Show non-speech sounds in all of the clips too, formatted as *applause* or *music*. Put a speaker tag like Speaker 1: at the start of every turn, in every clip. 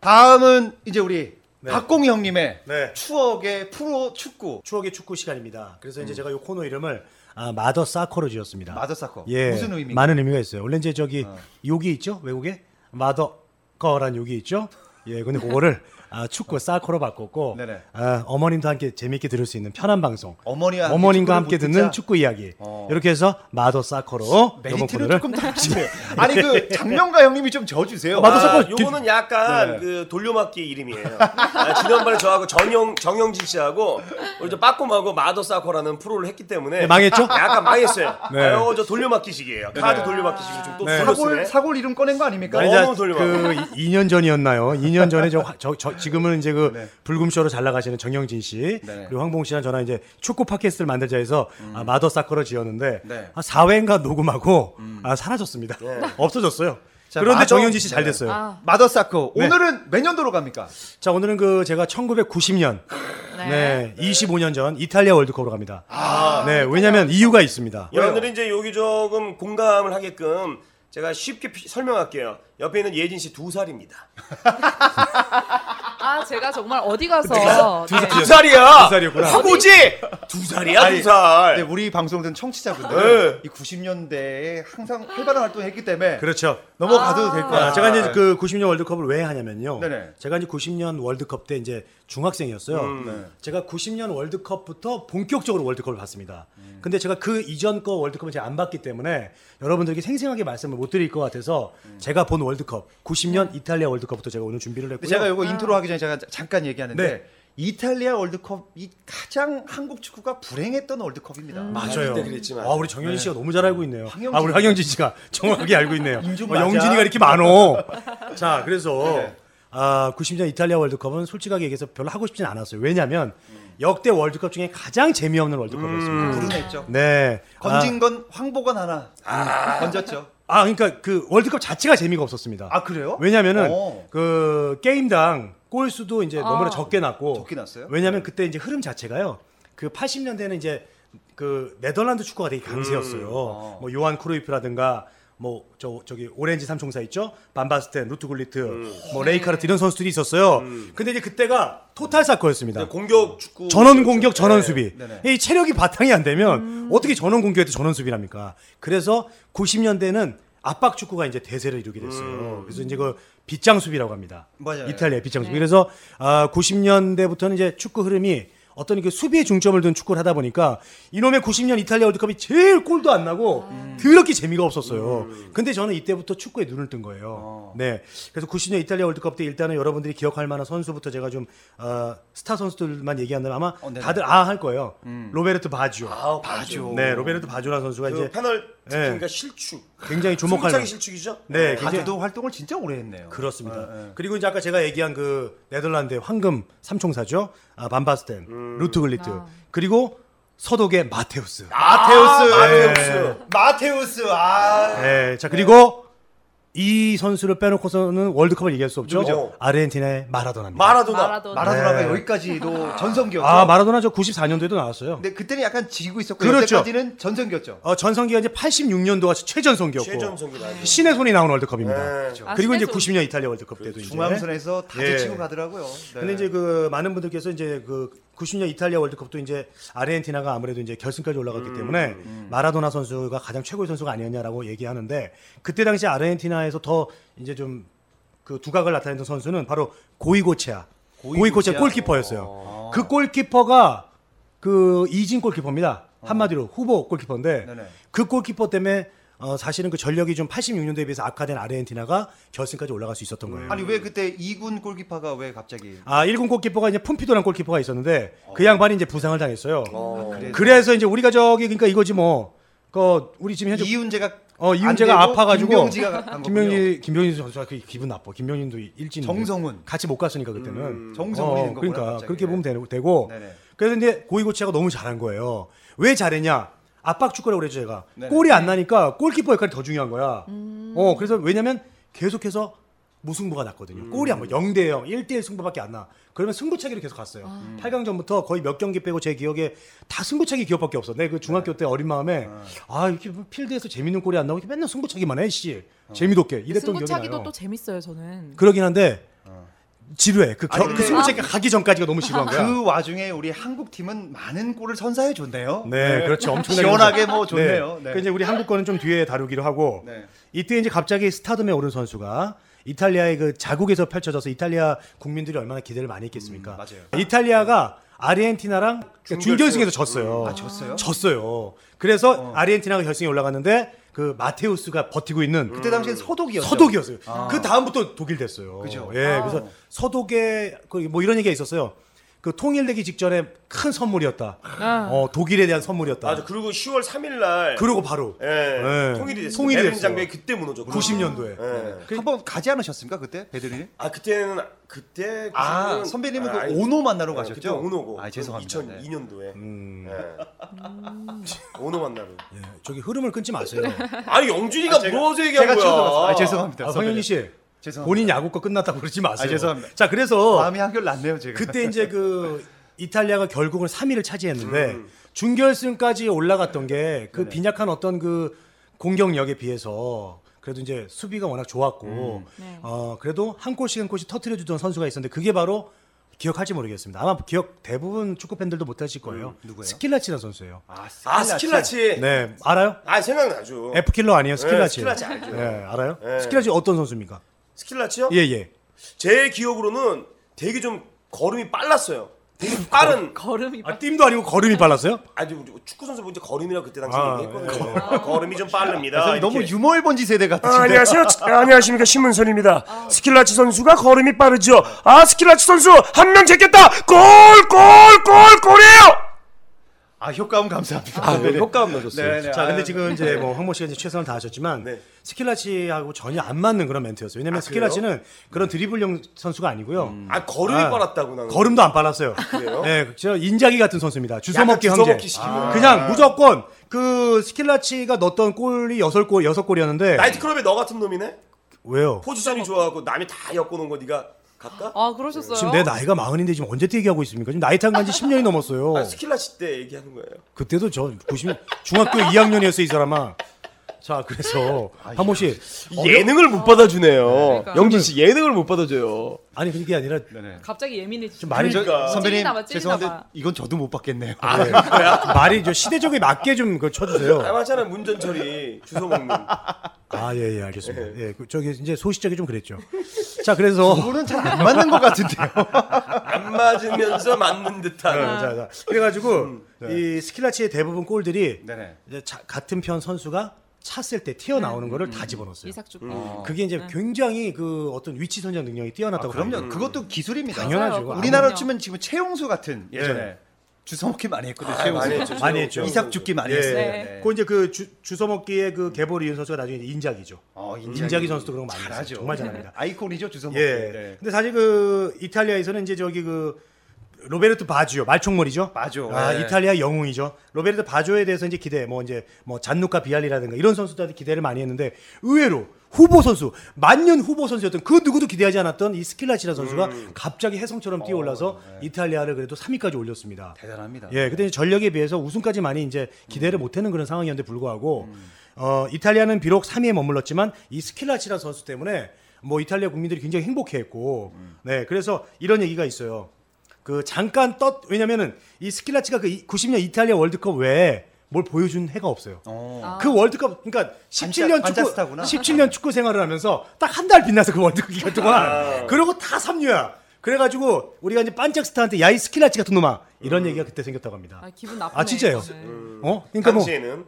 Speaker 1: 다음은 이제 우리
Speaker 2: 네.
Speaker 1: 박공희 형님의
Speaker 2: 네.
Speaker 1: 추억의 프로 축구
Speaker 2: 추억의 축구 시간입니다. 그래서 이제 제가 이 코너 이름을 아, 마더 사커로
Speaker 1: 음.
Speaker 2: 지었습니다.
Speaker 1: 마더 사커.
Speaker 2: 예,
Speaker 1: 무슨 의미인가?
Speaker 2: 많은 의미가 있어요. 원래 이제 저기 욕이 있죠 외국에 마더 거란 욕이 있죠. 예, 근데 그거를 아, 축구 사커로 바꿨고
Speaker 1: 네네.
Speaker 2: 아, 어머님도 함께 재미있게 들을 수 있는 편한 방송.
Speaker 1: 어머니와 함께
Speaker 2: 어머님과
Speaker 1: 축구를
Speaker 2: 함께
Speaker 1: 못
Speaker 2: 듣는
Speaker 1: 듣자.
Speaker 2: 축구 이야기.
Speaker 1: 어.
Speaker 2: 이렇게 해서 마더 사커로 이번
Speaker 1: 메리트를
Speaker 2: 코너를
Speaker 1: 조금
Speaker 2: *laughs*
Speaker 1: 다르시네요. 아니 그 장명가 형님이 좀 져주세요.
Speaker 2: 맞아,
Speaker 1: 아,
Speaker 2: 잠깐.
Speaker 3: 요거는 약간
Speaker 1: 네.
Speaker 3: 그 돌려막기 이름이에요. 아, 지난번에 저하고 전영 정영진 씨하고 우리 저 빠꼼하고 마더사커라는 프로를 했기 때문에
Speaker 2: 네, 망했죠?
Speaker 3: 약간 망했어요.
Speaker 2: 네.
Speaker 3: 아유, 저 돌려막기식이에요. 카드 돌려막기식으로 좀또
Speaker 2: 네.
Speaker 1: 아, 사골 사골 이름 꺼낸 거 아닙니까?
Speaker 2: 아니,
Speaker 3: 너무
Speaker 2: 자,
Speaker 3: 돌려봐.
Speaker 2: 그 2년 전이었나요? 2년 전에 저, 화- 저, 저 지금은 이제 그 불금쇼로 잘 나가시는 정영진 씨
Speaker 1: 네네.
Speaker 2: 그리고 황봉 씨랑 저랑 이제 축구 팟캐스트를 만들자 해서 아, 마더 사커를 지었는데
Speaker 1: 네.
Speaker 2: 한 4회인가 녹음하고 아, 사라졌습니다. 없어졌어요.
Speaker 1: 자,
Speaker 2: 그런데
Speaker 1: 마더-
Speaker 2: 정영진 씨 잘
Speaker 1: 네.
Speaker 2: 됐어요.
Speaker 4: 아,
Speaker 1: 마더 사커
Speaker 2: 네.
Speaker 1: 오늘은 몇 년도로 갑니까?
Speaker 2: 자 오늘은 그 제가 1990년
Speaker 4: 네.
Speaker 2: 네, 25년 전 이탈리아 월드컵으로 갑니다. 네 왜냐하면 이유가 있습니다.
Speaker 3: 여러분들이 이제 여기 조금 공감을 하게끔 제가 쉽게 피- 설명할게요. 옆에 있는 예진 씨 두 살입니다.
Speaker 4: 아, 제가 정말
Speaker 2: *laughs*
Speaker 4: 어디 가서 네.
Speaker 3: 두 살이야.
Speaker 2: 아, 두 살이었구나.
Speaker 3: 하고지 두 살이야 두
Speaker 1: 네,
Speaker 3: 살.
Speaker 1: 우리 방송 듣는 청취자분들
Speaker 3: 네.
Speaker 1: 이 90년대에 항상 활발한 활동했기 때문에
Speaker 2: 그렇죠.
Speaker 1: 넘어가도 될 거야.
Speaker 2: 아, 제가 이제 그 90년 월드컵을 왜 하냐면요.
Speaker 1: 네네.
Speaker 2: 제가 이제 90년 월드컵 때 이제 중학생이었어요.
Speaker 1: 음, 네.
Speaker 2: 제가 90년 월드컵부터 본격적으로 월드컵을 봤습니다.
Speaker 1: 음.
Speaker 2: 근데 제가 그 이전 거 월드컵을 제가 안 봤기 때문에 여러분들에게 생생하게 말씀을 못 드릴 것 같아서
Speaker 1: 음.
Speaker 2: 제가 본 월드컵 90년 이탈리아 월드컵부터 제가 오늘 준비를 했고요.
Speaker 1: 근데 제가 이거 인트로 하기 전에 제가 자- 잠깐 얘기하는데
Speaker 2: 음. 네.
Speaker 1: 이탈리아 월드컵이 가장 한국 축구가 불행했던 월드컵입니다.
Speaker 2: 맞아요.
Speaker 3: 그때 그랬지만.
Speaker 2: 아 우리 정현 씨가 너무 잘 알고 있네요.
Speaker 1: 황영진
Speaker 2: 아 우리 황영진 씨가 *laughs* 정확하게 알고 있네요.
Speaker 1: 인중
Speaker 2: 어,
Speaker 1: 맞아. 네.
Speaker 2: 영진이가 이렇게 많어.
Speaker 1: *laughs*
Speaker 2: 자 그래서 아 90년 이탈리아 월드컵은 솔직하게 얘기해서 별로 하고 싶진 않았어요. 왜냐하면
Speaker 1: 음.
Speaker 2: 역대 월드컵 중에 가장 재미없는 월드컵이었습니다.
Speaker 1: 불운했죠.
Speaker 2: 네.
Speaker 1: 음, 건진 건 황보건 하나 건졌죠.
Speaker 2: 아, 아, 그러니까 그 월드컵 자체가 재미가 없었습니다.
Speaker 1: 아 그래요?
Speaker 2: 왜냐면은
Speaker 1: 어.
Speaker 2: 그 게임당 골 수도 이제 너무나 적게 났고
Speaker 1: 적게 났어요? 네.
Speaker 2: 왜냐면 그때 이제 흐름 자체가요. 그 80년대는 이제 그 네덜란드 축구가 되게
Speaker 1: 음,
Speaker 2: 강세였어요. 뭐 요한 크루이프라든가 뭐 저 저기 오렌지 삼총사 있죠? 반바스텐, 루트 굴리트,
Speaker 1: 음.
Speaker 2: 뭐 레이카르트 이런 선수들이 있었어요. 근데 이제 그때가 토탈 사커였습니다.
Speaker 3: 공격 축구
Speaker 2: 전원 공격 전원 수비
Speaker 1: 네, 그렇죠. 네네.
Speaker 2: 이 체력이 바탕이 안 되면 어떻게 전원 공격에도 전원 수비랍니까 그래서 90년대는 압박 축구가 이제 대세를 이루게 됐어요 그래서 이제 그 빗장 수비라고 합니다
Speaker 1: 음. 맞아요.
Speaker 2: 이탈리아 빗장 수비 그래서 아, 90년대부터는 이제 축구 흐름이 어떤 그 수비에 중점을 둔 축구를 하다 보니까 이놈의 90년 이탈리아 월드컵이 제일 골도 안 나고 더럽게 재미가 없었어요.
Speaker 3: 음.
Speaker 2: 근데 저는 이때부터 축구에 눈을 뜬 거예요.
Speaker 3: 아.
Speaker 2: 네. 그래서 90년 이탈리아 월드컵 때 일단은 여러분들이 기억할 만한 선수부터 제가 좀 어, 스타 선수들만 얘기한다면 아마
Speaker 1: 어, 네네.
Speaker 2: 다들 아 할 거예요. 로베르트 바지오.
Speaker 3: 아, 음. 바죠.
Speaker 2: 네, 로베르트 바지오라는 선수가
Speaker 3: 그
Speaker 2: 이제
Speaker 3: 패널
Speaker 2: 네.
Speaker 3: 그러니까 실축.
Speaker 2: 굉장히 주목할
Speaker 3: 승부차기
Speaker 2: 만-
Speaker 3: 실축이죠?
Speaker 2: 네,
Speaker 1: 아,
Speaker 2: 굉장히
Speaker 1: 그래도 활동을 진짜 오래 했네요.
Speaker 2: 그렇습니다.
Speaker 1: 예, 예.
Speaker 2: 그리고 이제 아까 제가 얘기한 그 네덜란드의 황금 삼총사죠. 아, 반바스텐, 루트글리트.
Speaker 4: 아.
Speaker 2: 그리고 서독의 마테우스.
Speaker 1: 아.
Speaker 2: 네.
Speaker 1: 마테우스,
Speaker 2: 마테우스.
Speaker 1: 마테우스, 아,
Speaker 2: 네. 자, 그리고 이 선수를 빼놓고서는 월드컵을 얘기할 수 없죠.
Speaker 3: 누구죠?
Speaker 2: 아르헨티나의 마라도나입니다.
Speaker 3: 마라도나.
Speaker 4: 마라도나.
Speaker 1: 마라도나가
Speaker 2: 네.
Speaker 1: 여기까지도 네. 전성기였죠.
Speaker 2: 아, 마라도나 저 94년도에도 나왔어요.
Speaker 1: 근데 그때는 약간 지고 있었고
Speaker 2: 그렇죠.
Speaker 1: 여태까지는 전성기였죠.
Speaker 2: 어, 전성기가 이제 86년도가 최전성기였고
Speaker 3: 최전성기 나죠.
Speaker 2: 신의 손이 나온 월드컵입니다.
Speaker 3: 네.
Speaker 1: 그렇죠.
Speaker 4: 아,
Speaker 2: 그리고 이제
Speaker 4: 신의 손.
Speaker 2: 90년 이탈리아 월드컵 때도 이제
Speaker 1: 중앙선에서 다
Speaker 2: 예.
Speaker 1: 제치고 가더라고요. 네.
Speaker 2: 근데 이제 그 많은 분들께서 이제 그 90년 이탈리아 월드컵도 이제 아르헨티나가 아무래도 이제 결승까지 올라갔기
Speaker 1: 음,
Speaker 2: 때문에 마라도나 선수가 가장 최고의 선수가 아니었냐라고 얘기하는데 그때 당시 아르헨티나에서 더 이제 좀 그 두각을 나타냈던 선수는 바로 고이고체아.
Speaker 1: 고이고체아.
Speaker 2: 고이고체아 골키퍼였어요. 그 골키퍼가 그 이진 골키퍼입니다. 한마디로 후보 골키퍼인데
Speaker 1: 어. 네네.
Speaker 2: 그 골키퍼 때문에 어 사실은 그 전력이 좀 86년도에 비해서 악화된 아르헨티나가 결승까지 올라갈 수 있었던 거예요.
Speaker 1: 아니 왜 그때 2군 골키퍼가 왜 갑자기
Speaker 2: 아, 1군 골키퍼가 이제 품피도란 골키퍼가 있었는데
Speaker 1: 어.
Speaker 2: 그 양반이 이제 부상을 당했어요.
Speaker 1: 아, 그래서,
Speaker 2: 그래서 이제 우리가 저기 그러니까 이거지 뭐. 그 우리 지금 현재
Speaker 1: 이훈재가
Speaker 2: 어, 이훈재가
Speaker 1: 안 되고
Speaker 2: 아파가지고
Speaker 1: 김병지가 간 거군요.
Speaker 2: 김명진 김병진 선수가 그 기분 나빠. 김명진도 일진
Speaker 1: 정성훈. 음,
Speaker 2: 같이 못 갔으니까 그때는
Speaker 1: 정성훈이 된 거구나,
Speaker 2: 그러니까
Speaker 1: 갑자기.
Speaker 2: 그렇게 보면 되고,
Speaker 1: 네네.
Speaker 2: 그래서 이제 고이고치가 너무 잘한 거예요. 왜 잘했냐? 압박 축구라고 그랬죠 제가
Speaker 1: 네네. 음.
Speaker 2: 골이 안 나니까 골키퍼 역할이 더 중요한 거야. 어 그래서 왜냐면 계속해서 무승부가 났거든요.
Speaker 1: 음.
Speaker 2: 골이 안뭐 0대 0, 1대 1 승부밖에 안 나. 그러면 승부차기로 계속 갔어요.
Speaker 1: 아.
Speaker 2: 8강 전부터 거의 몇 경기 빼고 제 기억에 다 승부차기 기억밖에 없어. 내그 중학교
Speaker 1: 네.
Speaker 2: 때 어린 마음에 아 이렇게 뭐 필드에서 재밌는 골이 안 나오고 이렇게
Speaker 1: 어. 그
Speaker 2: 맨날 승부차기만 해 씨. 재미도 없게 이랬던 기억이
Speaker 4: 승부차기도
Speaker 2: 나요.
Speaker 4: 또 재밌어요, 저는.
Speaker 2: 그러긴 한데 지루해. 그, 겨,
Speaker 1: 아니,
Speaker 2: 그
Speaker 1: 근데-
Speaker 2: 20개 가기 전까지가 너무 지루한 거야.
Speaker 1: 그 와중에 우리 한국 팀은 많은 골을 선사해 줬네요.
Speaker 2: 네, 그렇죠. 엄청나게
Speaker 1: 시원하게 뭐 좋네요.
Speaker 2: 네.
Speaker 1: 네.
Speaker 2: 그 이제 우리 한국 거는 좀 뒤에 다루기로 하고
Speaker 1: 네.
Speaker 2: 이때 이제 갑자기 스타덤에 오른 선수가 이탈리아의 그 자국에서 펼쳐져서 이탈리아 국민들이 얼마나 기대를 많이 했겠습니까?
Speaker 1: 음, 맞아요.
Speaker 2: 이탈리아가 아르헨티나랑 그러니까 준결승에서 졌어요.
Speaker 1: 아, 졌어요?
Speaker 2: 졌어요. 그래서 아르헨티나가 결승에 올라갔는데 그 마테우스가 버티고 있는
Speaker 1: 음. 그때 당시엔 서독이었죠. 아.
Speaker 2: 서독이었어요. 그 다음부터 독일 됐어요.
Speaker 1: 그죠.
Speaker 2: 예,
Speaker 1: 아.
Speaker 2: 그래서 서독의 그뭐 이런 얘기가 있었어요. 그 통일되기 직전에 큰 선물이었다.
Speaker 4: 아.
Speaker 2: 어, 독일에 대한 선물이었다.
Speaker 3: 맞아. 그리고 10월 3일 날
Speaker 2: 그리고 바로
Speaker 3: 예,
Speaker 1: 네.
Speaker 2: 예.
Speaker 3: 통일이 됐어요.
Speaker 2: 통일이
Speaker 3: 베를린
Speaker 2: 됐어요.
Speaker 3: 장벽이 그때 무너졌고.
Speaker 2: 90년도에.
Speaker 3: 예.
Speaker 1: 한번 가지 않으셨습니까 그때 베드리님?
Speaker 3: 아 그때는 그때
Speaker 1: 아
Speaker 3: 그때는-
Speaker 1: 선배님은
Speaker 3: 아,
Speaker 1: 그
Speaker 3: 아니,
Speaker 1: 오노 만나러
Speaker 3: 예, 그때
Speaker 1: 가셨죠?
Speaker 3: 오노고.
Speaker 1: 아 죄송합니다. 네. 음.
Speaker 3: 2002년도에. 네. 음. 오노 만나러.
Speaker 2: 예, 저기 흐름을
Speaker 1: *laughs*
Speaker 2: 끊지 마세요.
Speaker 3: 아니 영준이가 물어서 얘기한
Speaker 1: 제가
Speaker 3: 거야.
Speaker 1: 처음 들었어요. 아, 죄송합니다.
Speaker 2: 아, 성현이 씨,
Speaker 1: 죄송합니다.
Speaker 2: 본인 야구 거 끝났다고 그러지 마세요.
Speaker 1: 아, 죄송합니다.
Speaker 2: 자, 그래서
Speaker 1: 마음이 한결 났네요 제가. *laughs*
Speaker 2: 그때 이제 그 이탈리아가 결국은 3위를 차지했는데
Speaker 1: 음.
Speaker 2: 준결승까지 올라갔던 게 그 빈약한 어떤 그 공격력에 비해서 그래도 이제 수비가 워낙 좋았고
Speaker 1: 음.
Speaker 4: 네.
Speaker 2: 어 그래도 한 골씩 한 골씩 터트려 주던 선수가 있었는데 그게 바로 기억할지 모르겠습니다. 아마 기억 대부분 축구 팬들도 못 하실 거예요.
Speaker 1: 음, 누구예요?
Speaker 2: 스킬라치라는 선수예요.
Speaker 1: 아, 네.
Speaker 3: 아 스킬라치.
Speaker 2: 네, 알아요?
Speaker 3: 아 생각나죠.
Speaker 2: 예, F킬러 아니에요? 스킬라치.
Speaker 3: 네, 스킬라치 알죠.
Speaker 2: 예, 알아요?
Speaker 3: 예.
Speaker 2: 스킬라치 어떤 선수입니까?
Speaker 3: 스킬라치요?
Speaker 2: 예, 예.
Speaker 3: 제 기억으로는 되게 좀 걸음이 빨랐어요. 되게 빠른.
Speaker 4: 걸음이
Speaker 2: 아, 팀도 아니고 걸음이 빨랐어요?
Speaker 3: 아니 뭐 축구 선수 이제 걸음이라 그때 당시
Speaker 2: 아,
Speaker 3: 얘기했거든요. 걸음이 좀 빠릅니다.
Speaker 1: 선생님 너무
Speaker 3: 이렇게.
Speaker 1: 유머 일본지 세대
Speaker 5: 아,
Speaker 1: 같으신데.
Speaker 5: 안녕하세요. 치- 아, 안녕하십니까 신문선입니다. 스킬라치 선수가 걸음이 빠르죠. 아 스킬라치 선수 한 명 제꼈다. 골골골 골이에요.
Speaker 1: 아 효과음 감사합니다.
Speaker 3: 아,
Speaker 1: 네네.
Speaker 3: 효과음 넣어줬어요.
Speaker 1: 네네.
Speaker 2: 자, 근데
Speaker 1: 아,
Speaker 2: 지금 이제 뭐 황모 씨가 이제 최선을 다하셨지만
Speaker 3: 네.
Speaker 2: 스킬라치하고 전혀 안 맞는 그런 멘트였어요. 왜냐면 스킬라치는 그런 드리블형 선수가 아니고요.
Speaker 3: 아 걸음이
Speaker 2: 아,
Speaker 3: 빨랐다고 나는.
Speaker 2: 걸음도 안 빨랐어요. 네, 저 인자기 같은 선수입니다. 주워먹기
Speaker 3: 약간
Speaker 2: 형제.
Speaker 3: 주워먹기 시키는. 아.
Speaker 2: 그냥 무조건 그 스킬라치가 넣었던 골이 여섯 골 여섯 골이었는데
Speaker 3: 나이트클럽에 너 같은 놈이네?
Speaker 2: 왜요?
Speaker 3: 포지션이 좋아하고 남이 다 엮어놓은 거 네가 갈까?
Speaker 4: 아 그러셨어요?
Speaker 2: 지금 내 나이가 마흔인데 지금 언제 때 얘기하고 있습니까? 지금 나이 탄 간지 10년이 넘었어요.
Speaker 3: 아, 스킬라치 때 얘기하는 거예요.
Speaker 2: 그때도 저 90, 중학교 2학년이었어, 이 사람아. 자, 그래서, 한모 씨.
Speaker 3: 예능을 못 받아주네요.
Speaker 4: 그러니까.
Speaker 3: 영진 씨 예능을 못 받아줘요.
Speaker 2: 아니, 그게 아니라,
Speaker 1: 네네.
Speaker 4: 갑자기 음, 예민해지죠.
Speaker 2: 좀 말이, 저,
Speaker 3: 그러니까.
Speaker 1: 저, 선배님
Speaker 4: 찔리나 봐, 찔리나
Speaker 1: 죄송한데
Speaker 4: 봐.
Speaker 1: 이건 저도 못 받겠네요.
Speaker 2: 예. 말이 저 시대적에 맞게 좀 그거
Speaker 3: 아,
Speaker 2: 쳐주세요.
Speaker 3: 맞잖아 문전철이 주소 먹는.
Speaker 2: 아, 예, 예,
Speaker 1: 네.
Speaker 2: 알겠습니다. 예, 그 저기 이제 소시적이 좀 그랬죠. 자, 그래서.
Speaker 1: 이거는 잘 안 맞는 것 같은데요.
Speaker 3: 안 맞으면서 맞는
Speaker 1: 아.
Speaker 3: 듯한.
Speaker 2: 자, 자. 그래가지고, 이 스킬라치의 대부분 골들이
Speaker 1: 음, 네. 네네.
Speaker 2: 이제 자- 같은 편 선수가 찼을 때 튀어나오는 거를 다 집어넣었어요.
Speaker 4: 음, 이삭주. 어, 네.
Speaker 2: 그게 이제 굉장히 그 어떤 위치 선정 능력이 뛰어났다고.
Speaker 1: 아, 그럼요.
Speaker 3: 음.
Speaker 2: 봐요.
Speaker 1: 그것도 기술입니다.
Speaker 2: 당연하죠. 그거
Speaker 1: 우리나라로 치면 지금 최용수 같은 예전에 주워먹기 많이 했거든요.
Speaker 3: 아, 많이 했죠.
Speaker 1: 최용수.
Speaker 2: 많이 했죠.
Speaker 1: 그렇죠. 이삭 죽기 많이
Speaker 2: 예.
Speaker 1: 했어요.
Speaker 4: 네.
Speaker 1: 네.
Speaker 2: 그 이제 그 주, 주서먹기의 그 개볼 이은 선수가 나중에 이제 인작이죠. 음,
Speaker 1: 어,
Speaker 2: 인작이, 선수도 그런 거 많이
Speaker 1: 잘하죠. 네.
Speaker 2: 했어요. 정말
Speaker 1: *laughs*
Speaker 2: 잘합니다.
Speaker 1: 아이콘이죠 주성모.
Speaker 2: 예. 근데 사실 그 이탈리아에서는 이제 저기 그 로베르토 바지오 말총머리죠.
Speaker 1: 바지오.
Speaker 2: 아,
Speaker 1: 네.
Speaker 2: 이탈리아 영웅이죠. 로베르토 바지오에 대해서 이제 기대 뭐 이제 뭐 잔누카 비알리라든가 이런 선수들한테 기대를 많이 했는데 의외로 후보 선수 만년 후보 선수였던 그 누구도 기대하지 않았던 이 스킬라치라 선수가
Speaker 1: 음.
Speaker 2: 갑자기 해성처럼 뛰어올라서
Speaker 1: 네.
Speaker 2: 이탈리아를 그래도 3위까지 올렸습니다.
Speaker 1: 대단합니다. 네. 음.
Speaker 2: 예, 그때 이제 전력에 비해서 우승까지 많이 이제 기대를 못하는 그런 상황이었는데 불구하고 어, 이탈리아는 비록 3위에 머물렀지만 이 스킬라치라는 선수 때문에 뭐 이탈리아 국민들이 굉장히 행복해했고
Speaker 1: 음.
Speaker 2: 네 그래서 이런 얘기가 있어요. 그 잠깐 떴 왜냐면은 이 스킬라치가 그 이- 90년 이탈리아 월드컵 외에 뭘 보여준 해가 없어요.
Speaker 1: 어.
Speaker 2: 그 월드컵 그러니까 17년
Speaker 1: 반짝
Speaker 2: 축구
Speaker 1: 스타구나.
Speaker 2: 17년 축구 생활을 하면서 딱 한 달 빛나서 그 월드컵 기간 동안
Speaker 1: 아.
Speaker 2: 그러고 다 삼류야. 그래가지고 우리가 이제 반짝 스타한테 야이 스킬라치 같은 놈아 이런
Speaker 1: 음.
Speaker 2: 얘기가 그때 생겼다고 합니다.
Speaker 4: 아 기분 나쁘네.
Speaker 2: 아, 진짜예요?
Speaker 4: 이거는.
Speaker 2: 어? 그러니까 뭐 예.
Speaker 3: 당시에는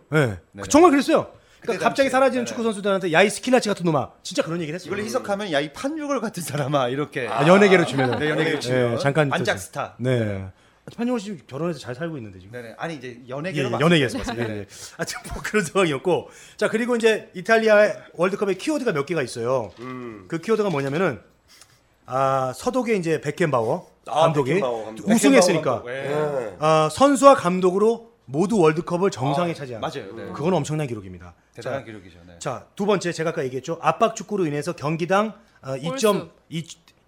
Speaker 2: 그 정말 그랬어요.
Speaker 1: 네. 그때
Speaker 2: 그러니까 갑자기
Speaker 1: 당시에.
Speaker 2: 사라지는
Speaker 1: 네네.
Speaker 2: 축구 선수들한테 야이 스킬라치 같은 놈아 진짜 그런 얘기를 했어요.
Speaker 1: 이걸 희석하면 야 이 판유걸 같은 사람아 이렇게.
Speaker 2: 아, 연예계로 치면
Speaker 1: 네, 연예계로 치면
Speaker 2: 잠깐
Speaker 1: 반짝
Speaker 2: 있었어요.
Speaker 1: 스타.
Speaker 2: 네. 판용호 씨 결혼해서 잘 살고 있는데 지금.
Speaker 1: 네네. 아니 이제
Speaker 2: 예,
Speaker 1: 연예계로
Speaker 2: 예,
Speaker 1: 막-
Speaker 2: 연예계에서 *laughs* 봤습니다. 예, 예. 하여튼 뭐 그런 상황이었고. 자, 그리고 이제 이탈리아 월드컵에 키워드가 몇 개가 있어요.
Speaker 3: 음.
Speaker 2: 그 키워드가 뭐냐면은, 아, 서독의 이제 백켄바워
Speaker 3: 아,
Speaker 2: 감독이
Speaker 3: 베켄바워 감독.
Speaker 2: 우승했으니까.
Speaker 3: 예.
Speaker 2: 아, 선수와 감독으로 모두 월드컵을 정상에 차지한.
Speaker 1: 맞아요. 네.
Speaker 2: 그건 엄청난 기록입니다.
Speaker 1: 대단한
Speaker 2: 자,
Speaker 1: 기록이죠. 네.
Speaker 2: 자, 두 번째 제가 아까 얘기했죠. 압박 축구로 인해서 경기당 어, 2점,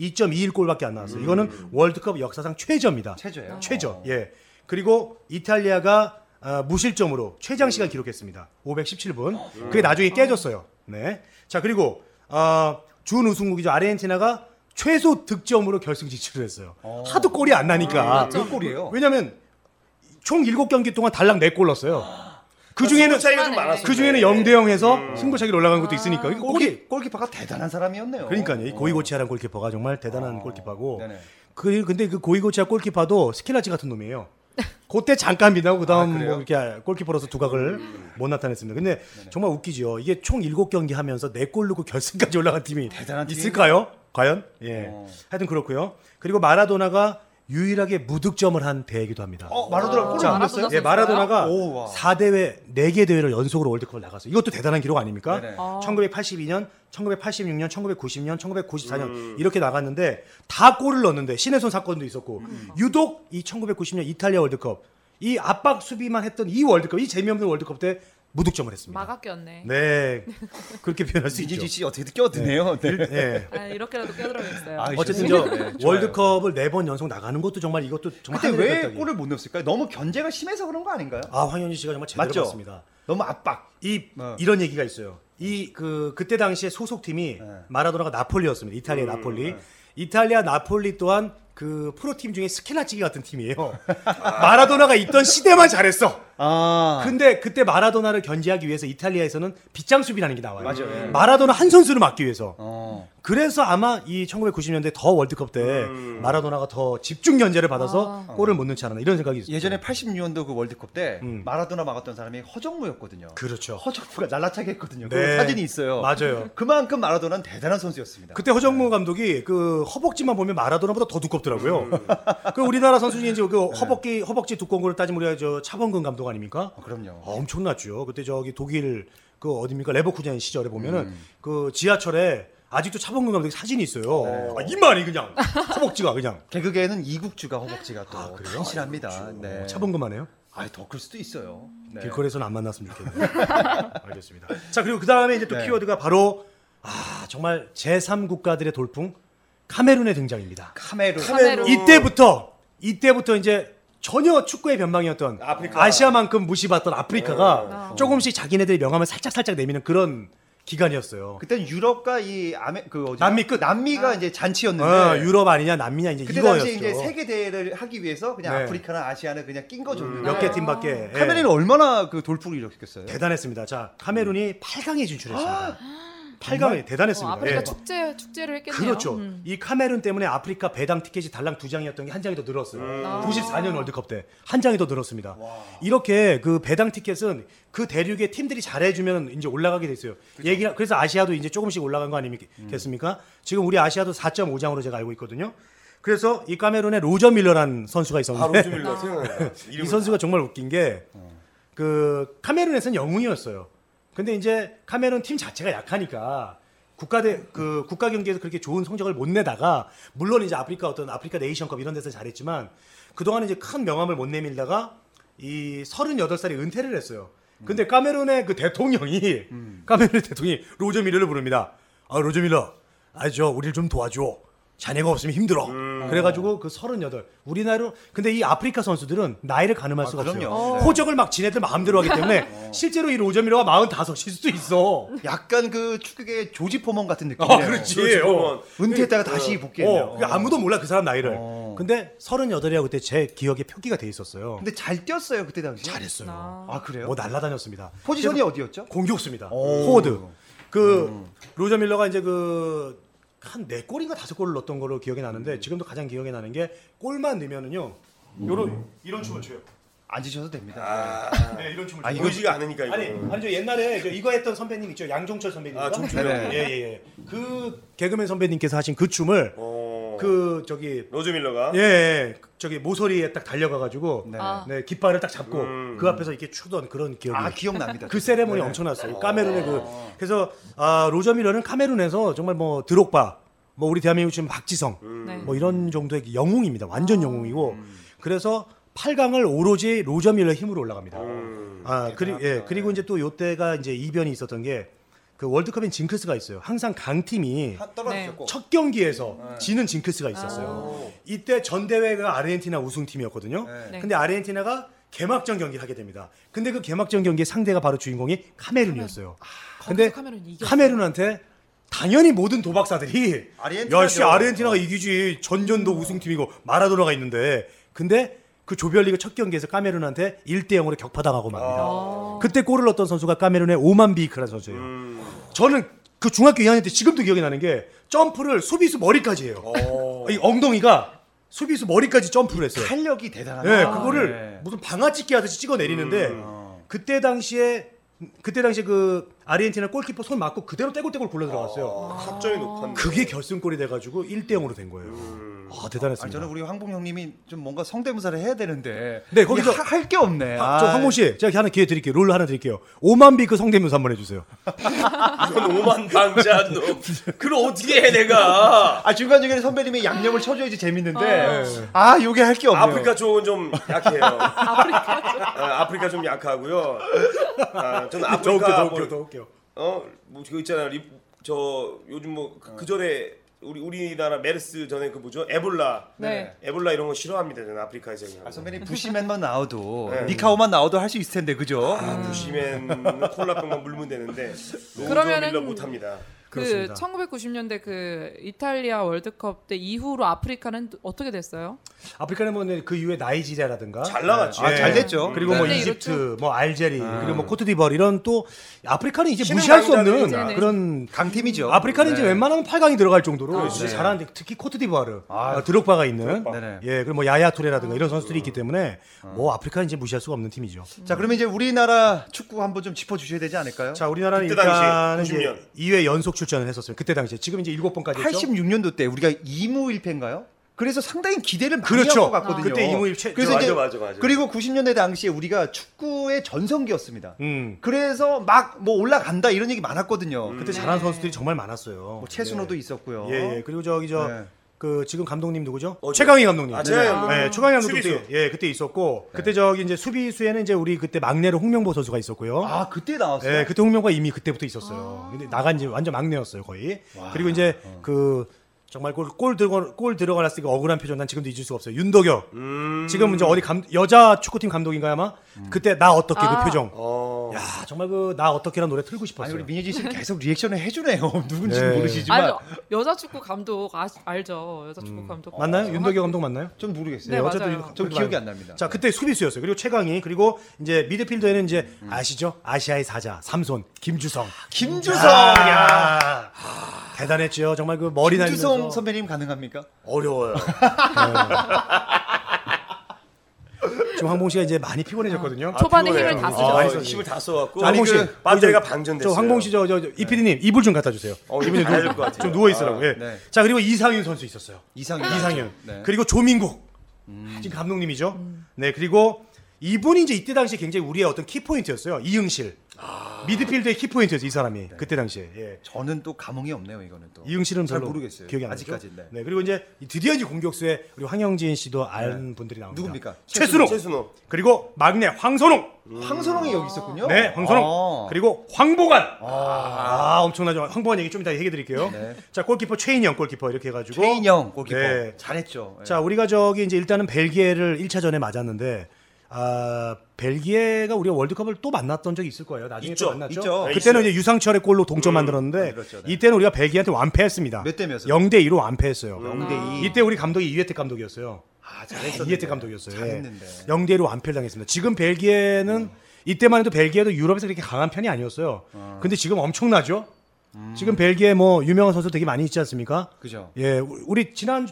Speaker 2: 2.21골밖에 안 나왔어요. 이거는 월드컵 역사상 최저입니다.
Speaker 1: 음. 최저예요?
Speaker 2: 최저.
Speaker 1: 어.
Speaker 2: 예. 그리고 이탈리아가 어, 무실점으로 최장 시간 기록했습니다. 517분. 그게 나중에 깨졌어요. 네. 자, 그리고 어, 준우승국이죠. 아르헨티나가 최소 득점으로 결승 진출을 했어요. 하도 골이 안 나니까.
Speaker 1: 몇 아, 골이에요?
Speaker 2: 왜냐면 총 7경기 동안 달랑 4골 넣었어요. 그
Speaker 1: 아,
Speaker 2: 중에는
Speaker 3: 차이가 좀
Speaker 4: 네.
Speaker 3: 많았어요.
Speaker 2: 그 중에는 0대
Speaker 1: 음.
Speaker 2: 0에서 승부차기로 올라간 것도 있으니까. 이거 골이
Speaker 1: 골키, 골키퍼가 대단한 사람이었네요. 어.
Speaker 2: 그러니까요. 이 고이고치아란 골키퍼가 정말 대단한 골키퍼고.
Speaker 1: 아, 네네.
Speaker 2: 그 근데 그 고이고치아 골키퍼도 스킬라치 같은 놈이에요. 그때 잠깐 빛나고 그다음
Speaker 1: 아,
Speaker 2: 뭐 이렇게 골키퍼로서 두각을
Speaker 1: 음.
Speaker 2: 못 나타냈습니다. 근데 정말 웃기죠. 이게 총 7경기 하면서 4골 넣고 결승까지 올라간 팀이
Speaker 1: 대단한 팀이네요.
Speaker 2: 있을까요? 과연? 예.
Speaker 1: 어.
Speaker 2: 하여튼 그렇고요. 그리고 마라도나가 유일하게 무득점을 한 대회이기도 합니다.
Speaker 1: 어, 마라도나 골을
Speaker 4: 자,
Speaker 1: 안 넣었어요?
Speaker 2: 예, 마라도나가
Speaker 1: 오, 와.
Speaker 2: 4대회 4개 대회를 연속으로 월드컵을 나갔어요. 이것도 대단한 기록 아닙니까?
Speaker 1: 네네.
Speaker 4: 아.
Speaker 2: 1982년, 1986년, 1990년, 1994년
Speaker 1: 음.
Speaker 2: 이렇게 나갔는데 다 골을 넣었는데 신혜선 사건도 있었고
Speaker 1: 음.
Speaker 2: 유독 이 1990년 이탈리아 월드컵 이 압박 수비만 했던 이 월드컵 이 재미없는 월드컵 때 무득점을 했습니다.
Speaker 4: 마가 꼈네. *laughs*
Speaker 2: 네. 그렇게 표현할 수 있죠.
Speaker 1: 이지지 씨 어떻게 끼어드네요. 네.
Speaker 2: 예.
Speaker 1: *laughs*
Speaker 4: 아, 이렇게라도 껴들어야겠어요.
Speaker 1: 아,
Speaker 2: 어쨌든
Speaker 1: 좋네요.
Speaker 2: 저
Speaker 1: 네, 좋아요.
Speaker 2: 월드컵을 네 번 연속 나가는 것도 정말 이것도 정말
Speaker 1: 그때
Speaker 2: 하늘의
Speaker 1: 왜
Speaker 2: 별따기.
Speaker 1: 골을 못 넣었을까요? 너무 견제가 심해서 그런 거 아닌가요?
Speaker 2: 아 황현희 씨가 정말 제대로
Speaker 1: 맞죠?
Speaker 2: 봤습니다.
Speaker 1: 너무 압박.
Speaker 2: 이
Speaker 1: 어.
Speaker 2: 이런 얘기가 있어요. 이 그 그때 당시에 소속 팀이
Speaker 1: 네.
Speaker 2: 마라도나가 나폴리였습니다. 이탈리아
Speaker 1: 음,
Speaker 2: 나폴리. 이탈리아 나폴리 또한 그 프로팀 중에 스켈라치기 같은 팀이에요. *laughs* 마라도나가 있던 시대만 잘했어.
Speaker 1: 아.
Speaker 2: 근데 그때 마라도나를 견제하기 위해서 이탈리아에서는 빗장 수비라는 게 나와요.
Speaker 1: 맞아요. 예.
Speaker 2: 마라도나 한 선수를 막기 위해서.
Speaker 1: 어.
Speaker 2: 그래서 아마 이 1990년대 더 월드컵 때
Speaker 1: 음.
Speaker 2: 마라도나가 더 집중 견제를 받아서 골을 못 넣지 않았나 이런 생각이 있어요.
Speaker 1: 예전에 86년도 그 월드컵 때 마라도나 막았던 사람이 허정무였거든요.
Speaker 2: 음. 그렇죠.
Speaker 1: 허정무가 날라차게 했거든요.
Speaker 2: 네.
Speaker 1: 그 사진이 있어요.
Speaker 2: 맞아요.
Speaker 1: 그만큼 마라도나는 대단한 선수였습니다.
Speaker 2: 그때 허정무 감독이 그 허벅지만 보면 마라도나보다 더 두껍더라고요. 그 우리나라 선수 중에 이제 그 허벅지 허벅지 두꺼운 걸 따지면 우리가 저 차범근 감독 아닙니까?
Speaker 1: 아, 그럼요.
Speaker 2: 아, 엄청났죠. 그때 저기 독일 그 어딥니까 레버쿠젠 시절에 보면은
Speaker 1: 음.
Speaker 2: 그 지하철에 아직도 차범근 감독 사진이 있어요.
Speaker 1: 네.
Speaker 2: 아, 이만이 그냥 허벅지가 그냥
Speaker 1: 개그계에는 이국주가 허벅지가
Speaker 2: 아,
Speaker 1: 또 탄실합니다. 네.
Speaker 2: 차범근만해요.
Speaker 1: 아예 더클 수도 있어요. 네.
Speaker 2: 어, 길거리에서는 안 만났으면 좋겠네요. 알겠습니다. 자 그리고 그 다음에 이제 또
Speaker 1: 네.
Speaker 2: 키워드가 바로 아 정말 제3 국가들의 돌풍 카메룬의 등장입니다.
Speaker 1: 카메룬.
Speaker 4: 카메룬.
Speaker 2: 이때부터 이때부터 이제 전혀 축구의 변방이었던
Speaker 3: 아프리카.
Speaker 2: 시아만큼 무시받던 아프리카가 조금씩 자기네들의 명함을 살짝 살짝 내미는 그런 기간이었어요.
Speaker 1: 그땐 유럽과 이 아메 그 어디
Speaker 2: 남미 끝.
Speaker 1: 남미가 이제 잔치였는데
Speaker 2: 어, 유럽 아니냐 남미냐 이제
Speaker 1: 그때
Speaker 2: 이거였죠.
Speaker 1: 당시 이제 세계 대회를 하기 위해서 그냥
Speaker 2: 네. 음.
Speaker 1: 아프리카나 아시아는 그냥 낀 거죠. 아.
Speaker 2: 몇 개 팀밖에 예,
Speaker 1: 카메룬이 얼마나 그 돌풍을 일으켰어요.
Speaker 2: 대단했습니다. 자 카메룬이 8강에
Speaker 1: 아.
Speaker 2: 진출했습니다. 8강에
Speaker 4: 어,
Speaker 2: 대단했습니다.
Speaker 4: 아프리카
Speaker 2: 예.
Speaker 4: 축제 축제를 했겠네요.
Speaker 2: 그렇죠.
Speaker 4: 음.
Speaker 2: 이 카메룬 때문에 아프리카 배당 티켓이 달랑 두 장이었던 게 한 장이 더 늘었어요.
Speaker 3: 음.
Speaker 4: 아.
Speaker 2: 94년 월드컵 때 한 장이 더 늘었습니다. 이렇게 그 배당 티켓은 그 대륙의 팀들이 잘해주면 이제 올라가게 됐어요. 얘기 그래서 아시아도 이제 조금씩 올라간 거 아니겠습니까?
Speaker 3: 음.
Speaker 2: 지금 우리 아시아도 4.5장으로 제가 알고 있거든요. 그래서 이 카메룬에 로저 밀러라는 선수가 있었는데
Speaker 3: 바로 주밀러 생각나.
Speaker 2: 네. 이 어. 선수가 정말 웃긴 게 그 카메룬에서는 영웅이었어요. 근데 이제 카메룬 팀 자체가 약하니까 국가대 그 국가 경기에서 그렇게 좋은 성적을 못 내다가 물론 이제 아프리카 어떤 아프리카 네이션컵 이런 데서 잘했지만 그동안 이제 큰 명함을 못 내밀다가 이 38살에 은퇴를 했어요. 근데 카메룬의 그 대통령이 카메룬의 대통령이 로저 밀러를 부릅니다. 아 로저 밀러, 아저 우리를 좀 도와줘. 자네가 없으면 힘들어.
Speaker 1: 음.
Speaker 2: 그래가지고 그 38. 우리나라로 근데 이 아프리카 선수들은 나이를 가늠할 수가 없어요.
Speaker 1: 아, 그럼요. 어.
Speaker 2: 호적을 막 지네들 마음대로 하기 때문에 실제로 이 로저 밀러가 45일 수도 있어.
Speaker 1: 약간 그 축구계 조지 포먼 같은 느낌이에요.
Speaker 3: 그렇지,
Speaker 2: 어.
Speaker 3: 그건.
Speaker 1: 은퇴했다가 다시 복귀했네요.
Speaker 2: 아, 어, 아무도 몰라 그 사람 나이를.
Speaker 1: 어.
Speaker 2: 근데 38이라고 그때 제 기억에 표기가 돼 있었어요.
Speaker 1: 근데 잘 뛰었어요 그때 당시.
Speaker 2: 잘했어요.
Speaker 1: 아 그래요?
Speaker 2: 뭐 날라다녔습니다.
Speaker 1: 포지션이 어디였죠?
Speaker 2: 공격수입니다.
Speaker 1: 오.
Speaker 2: 포워드. 그 로저 밀러가 이제 그. 한 네 골인가 다섯 골을 넣었던 걸로 기억이 나는데 지금도 가장 기억에 나는 게 골만 넣으면은요 요런 이런 춤을 춰요.
Speaker 1: 앉으셔도 됩니다.
Speaker 2: 네 이런 춤을
Speaker 1: 아,
Speaker 2: 춰요.
Speaker 1: 이거
Speaker 3: 보이지가 아, 않으니까 이거.
Speaker 2: 아니, 아니 저 옛날에 저 이거 했던 선배님 있죠 양종철 선배님.
Speaker 3: 아, 종철
Speaker 1: 형.
Speaker 2: 예예예. 그 개그맨 선배님께서 하신 그 춤을
Speaker 3: 어.
Speaker 2: 그 저기
Speaker 3: 로즈 밀러가
Speaker 2: 예, 예 저기 모서리에 딱 달려가가지고
Speaker 1: 네.
Speaker 4: 아.
Speaker 2: 네 깃발을 딱 잡고
Speaker 3: 음.
Speaker 2: 그 앞에서 이렇게 추던 그런 기억이.
Speaker 1: 아 기억납니다.
Speaker 2: 그 세레모니
Speaker 1: 네.
Speaker 2: 엄청났어요. 카메룬의 그 그래서 아 로저 밀러는 카메룬에서 정말 뭐 드록바, 뭐 우리 대한민국 지금 박지성,
Speaker 4: 네.
Speaker 2: 뭐 이런 정도의 영웅입니다. 완전 영웅이고 그래서 8강을 오로지 로저 밀러 힘으로 올라갑니다.
Speaker 3: 음.
Speaker 2: 아, 그리고 예, 그리고 이제 또 요때가 이제 이변이 있었던 게 그 월드컵엔 징크스가 있어요. 항상 강팀이
Speaker 1: 하- 떨어졌고.
Speaker 2: 첫 경기에서 지는 징크스가 있었어요. 이때 전 대회가 아르헨티나 우승팀이었거든요.
Speaker 1: 네.
Speaker 2: 근데 아르헨티나가 개막전 경기를 하게 됩니다. 근데 그 개막전 경기의 상대가 바로 주인공이 카메룬이었어요.
Speaker 4: 아, 거기서
Speaker 2: 근데
Speaker 4: 카메룬이 이겼어요.
Speaker 2: 카메룬한테 당연히 모든 도박사들이
Speaker 1: 아르헨티나죠.
Speaker 2: 야씨 아르헨티나가 이기지 전전도 우승팀이고 마라도나가 있는데 근데 그 조별리그 첫 경기에서 까메룬한테 1대 0으로 격파당하고 맙니다.
Speaker 4: 어.
Speaker 1: 아.
Speaker 2: 그때 골을 넣었던 선수가 까메룬의 오만비크라는 선수예요. 저는 그 중학교 2학년 때 지금도 기억이 나는 게 점프를 수비수 머리까지 해요. *laughs* 이 엉덩이가 수비수 머리까지 점프를 했어요.
Speaker 1: 탄력이 대단하다.
Speaker 2: 네, 그거를
Speaker 1: 아, 네.
Speaker 2: 무슨 방아찌개 하듯이 찍어 내리는데 그때 당시에 그때 당시에 그 아르헨티나 골키퍼 손 맞고 그대로 떼굴떼굴 굴러 들어갔어요.
Speaker 3: 아, 합점이 높았네.
Speaker 2: 그게 결승골이 돼가지고 1대 0으로 된 거예요. 아 대단했습니다.
Speaker 1: 아니, 저는 우리 황봉 형님이 좀 뭔가 성대모사를 해야 되는데
Speaker 2: 네, 거기서-
Speaker 1: 할 게 없네.
Speaker 2: 아, 저 황모 씨 제가 하나 기회 드릴게요. 룰 하나 드릴게요. 오만비 그 성대면서 한번 해주세요.
Speaker 3: 이건 오만 그 방자한 놈. 그걸 어떻게 해 내가?
Speaker 1: 아 중간 중간에 선배님이 양념을 쳐줘야지
Speaker 4: 아.
Speaker 1: 재밌는데 아 요게 할 게 없네요.
Speaker 3: 아프리카 쪽은 좀 약해요. 아프리카 아, 아프리카 좀 약하고요. 아, 저는
Speaker 2: 더 웃겨,
Speaker 3: 아프리카
Speaker 2: 더
Speaker 3: 뭐,
Speaker 2: 웃겨, 더 웃겨.
Speaker 3: 어, 뭐 그거 있잖아요. 리, 저 요즘 뭐그 전에 우리 우리나라 메르스 전에 그 뭐죠? 에볼라.
Speaker 4: 네.
Speaker 3: 에볼라 이런 거 싫어합니다. 저는 아프리카에서 그냥.
Speaker 1: 아, 선배님 부시맨만 나와도
Speaker 3: 네.
Speaker 1: 니카오만 나와도 할 수 있을 텐데 그죠?
Speaker 2: 아.
Speaker 3: 아, 부시맨 콜라병만 물면 되는데
Speaker 4: 그러면은-
Speaker 3: 그러면은 못 합니다.
Speaker 4: 그
Speaker 2: 그렇습니다.
Speaker 4: 1990년대 그 이탈리아 월드컵 때 이후로 아프리카는 어떻게 됐어요?
Speaker 2: 아프리카는 뭐그 이후에 나이지리아라든가
Speaker 3: 잘 나갔지. 음.
Speaker 1: 아, 잘 됐죠.
Speaker 2: 그리고 뭐
Speaker 4: 네,
Speaker 2: 이집트,
Speaker 4: 이렇죠.
Speaker 2: 뭐 알제리, 그리고 뭐 코트디부아르 이런 또 아프리카는 이제
Speaker 3: 신흥
Speaker 2: 무시할 수 없는
Speaker 3: 강자들이죠.
Speaker 4: 네, 네.
Speaker 2: 그런
Speaker 1: 강팀이죠.
Speaker 2: 아프리카는 이제
Speaker 1: 네.
Speaker 2: 웬만하면 8강이 들어갈 정도로
Speaker 3: 그렇죠.
Speaker 2: 진짜
Speaker 3: 네.
Speaker 2: 잘하는데 특히 코트디부아르,
Speaker 1: 아,
Speaker 2: 아, 드록바가 있는
Speaker 1: 드록바.
Speaker 2: 예 그리고 뭐 야야 투레라든가
Speaker 4: 아.
Speaker 2: 이런 선수들이 있기 때문에 뭐 아프리카는 이제 무시할 수가 없는 팀이죠.
Speaker 3: 네.
Speaker 1: 자 그러면 이제 우리나라 축구 한번 좀 짚어주셔야 되지 않을까요?
Speaker 2: 예. 자 우리나라는
Speaker 3: 그때 당시
Speaker 2: 일단은 이제
Speaker 3: 90년.
Speaker 2: 2회 연속 출전을 했었어요. 그때 당시에 지금 이제 7번까지 했죠.
Speaker 1: 86년도 때 우리가 2무 1패인가요? 그래서 상당히 기대를 많이
Speaker 2: 그렇죠.
Speaker 1: 한것 같거든요.
Speaker 2: 그때 2무 1패.
Speaker 1: 그래서
Speaker 3: 맞아,
Speaker 1: 이제
Speaker 3: 맞아, 맞아.
Speaker 1: 그리고 90년대 당시에 우리가 축구의 전성기였습니다.
Speaker 2: 음.
Speaker 1: 그래서 막 뭐 올라간다 이런 얘기 많았거든요.
Speaker 2: 그때
Speaker 1: 그때
Speaker 4: 네.
Speaker 2: 잘하는 선수들이 정말 많았어요.
Speaker 1: 뭐 최순호도 있었고요.
Speaker 2: 음. 예, 예. 그리고 저기 저
Speaker 1: 네.
Speaker 2: 그 지금 감독님 누구죠?
Speaker 3: 어디요?
Speaker 2: 최강희 감독님.
Speaker 3: 아, 최강희 감독님.
Speaker 2: 네, 최강희 감독도
Speaker 3: 수비수.
Speaker 2: 예, 그때 있었고 그때 저기 이제 수비수에는 이제 우리 그때 막내로 홍명보 선수가 있었고요.
Speaker 1: 아 그때 나왔어요.
Speaker 2: 예, 그때 홍명보가 이미 그때부터 있었어요. 근데 나간 지 완전 막내였어요, 거의. 그리고 이제 그 정말 골, 골 들어 골 들어갔으니까 억울한 표정 난 지금도 잊을 수가 없어요. 윤덕엽. 지금 이제 어디 감, 여자 축구팀 감독인가요, 아마? 그때 나 어떻게 그
Speaker 4: 아.
Speaker 2: 표정.
Speaker 3: 어.
Speaker 2: 야, 정말 그 나 어떻게라는 노래 틀고
Speaker 1: 아니
Speaker 2: 싶었어요.
Speaker 1: 우리 민혜진 씨 계속 리액션을 해주네요. *laughs* 누군지
Speaker 2: 네.
Speaker 1: 는 모르시지만
Speaker 4: 알죠. 여자 축구 감독 아, 알죠. 여자 축구 감독
Speaker 2: 맞나요? 윤덕엽 감독 맞나요?
Speaker 1: 좀
Speaker 4: 네,
Speaker 1: 모르겠어요.
Speaker 4: 맞아요.
Speaker 1: 좀 기억이 안
Speaker 3: 네.
Speaker 1: 납니다.
Speaker 2: 자, 그때 수비수였어요. 그리고 최강희, 그리고 이제 미드필더에는 이제
Speaker 3: 음.
Speaker 2: 아시죠? 아시아의 사자 삼손 김주성.
Speaker 1: 김주성, 야.
Speaker 2: 야. 대단했죠. 정말 그 머리
Speaker 1: 김주성
Speaker 2: 날리면서
Speaker 1: 선배님 가능합니까?
Speaker 2: 어려워요. 네. 지금 황봉 씨가 이제 많이 피곤해졌거든요.
Speaker 4: 초반에
Speaker 3: 피곤해요.
Speaker 4: 힘을 다
Speaker 3: 아,
Speaker 4: 쓰죠.
Speaker 3: 많이
Speaker 2: 썼지.
Speaker 3: 힘을 다 써갖고
Speaker 2: 황봉 씨,
Speaker 3: 배터리가
Speaker 2: 저-
Speaker 3: 방전됐어요.
Speaker 2: 그 저 황봉 씨, 저, 저, 저, 이 PD님, 이불 좀 갖다 주세요.
Speaker 3: 어,
Speaker 2: 이불
Speaker 3: 이불 안될것 같아요.
Speaker 2: 좀 누워있으라고.
Speaker 3: 아,
Speaker 2: 예.
Speaker 1: 네.
Speaker 2: 자, 그리고 이상윤 선수 있었어요.
Speaker 1: 이상현.
Speaker 2: 이상현.
Speaker 1: 네.
Speaker 2: 그리고 조민국.
Speaker 3: 음.
Speaker 2: 지금 감독님이죠. 네, 그리고 이분이 이제 이때 당시에 굉장히 우리의 어떤 키포인트였어요. 이응실.
Speaker 3: 아.
Speaker 2: 미드필드의 키포인트였어요, 이 사람이.
Speaker 3: 네.
Speaker 2: 그때 당시에. 예.
Speaker 1: 저는 또 감흥이 없네요. 이거는 또.
Speaker 2: 이응실은
Speaker 1: 잘
Speaker 2: 별로
Speaker 1: 모르겠어요.
Speaker 2: 기억이 안 나죠.
Speaker 1: 아직까지, 네.
Speaker 2: 그리고 이제 드디어 이제 공격수에 우리 황영진 씨도 아는 분들이 나옵니다.
Speaker 1: 네. 누굽니까?
Speaker 2: 최순호.
Speaker 3: 최순호.
Speaker 2: 그리고 막내 황선홍.
Speaker 1: 황선홍이 여기 있었군요.
Speaker 2: 네, 황선홍.
Speaker 1: 아.
Speaker 2: 그리고 황보관. 아, 엄청나죠. 황보관 얘기 좀 이따 얘기해 드릴게요.
Speaker 1: 네.
Speaker 2: 자, 골키퍼 최인영 골키퍼 이렇게 해 가지고
Speaker 1: 최인영 골키퍼
Speaker 2: 네.
Speaker 1: 잘했죠. 예.
Speaker 2: 자, 우리가 저기 이제 일단은 벨기에를 1차전에 맞았는데 아, 벨기에가 우리가 월드컵을 또 만났던 적이 있을 거예요. 나중에
Speaker 3: 있죠,
Speaker 2: 또 만났죠.
Speaker 1: 있죠.
Speaker 2: 그때는 이제 유상철의 골로 동점 만들었는데
Speaker 1: 만들었죠, 네.
Speaker 2: 이때는 우리가 벨기에한테 완패했습니다.
Speaker 1: 몇대 음. 몇으로?
Speaker 2: 0대 2로 완패했어요.
Speaker 1: 0대 2.
Speaker 2: 이때 우리 감독이 이회택 감독이었어요.
Speaker 1: 아, 잘했었는데.
Speaker 2: 이혜택 감독이었어요.
Speaker 1: 잘했는데. 음.
Speaker 2: 0대 1로 완패를 당했습니다. 지금 벨기에는 이때만 해도 벨기에도 유럽에서 그렇게 강한 편이 아니었어요. 근데 지금 엄청나죠?
Speaker 1: 음.
Speaker 2: 지금 벨기에 뭐 유명한 선수 되게 많이 있지 않습니까?
Speaker 1: 그죠.
Speaker 2: 예, 우- 우리 지난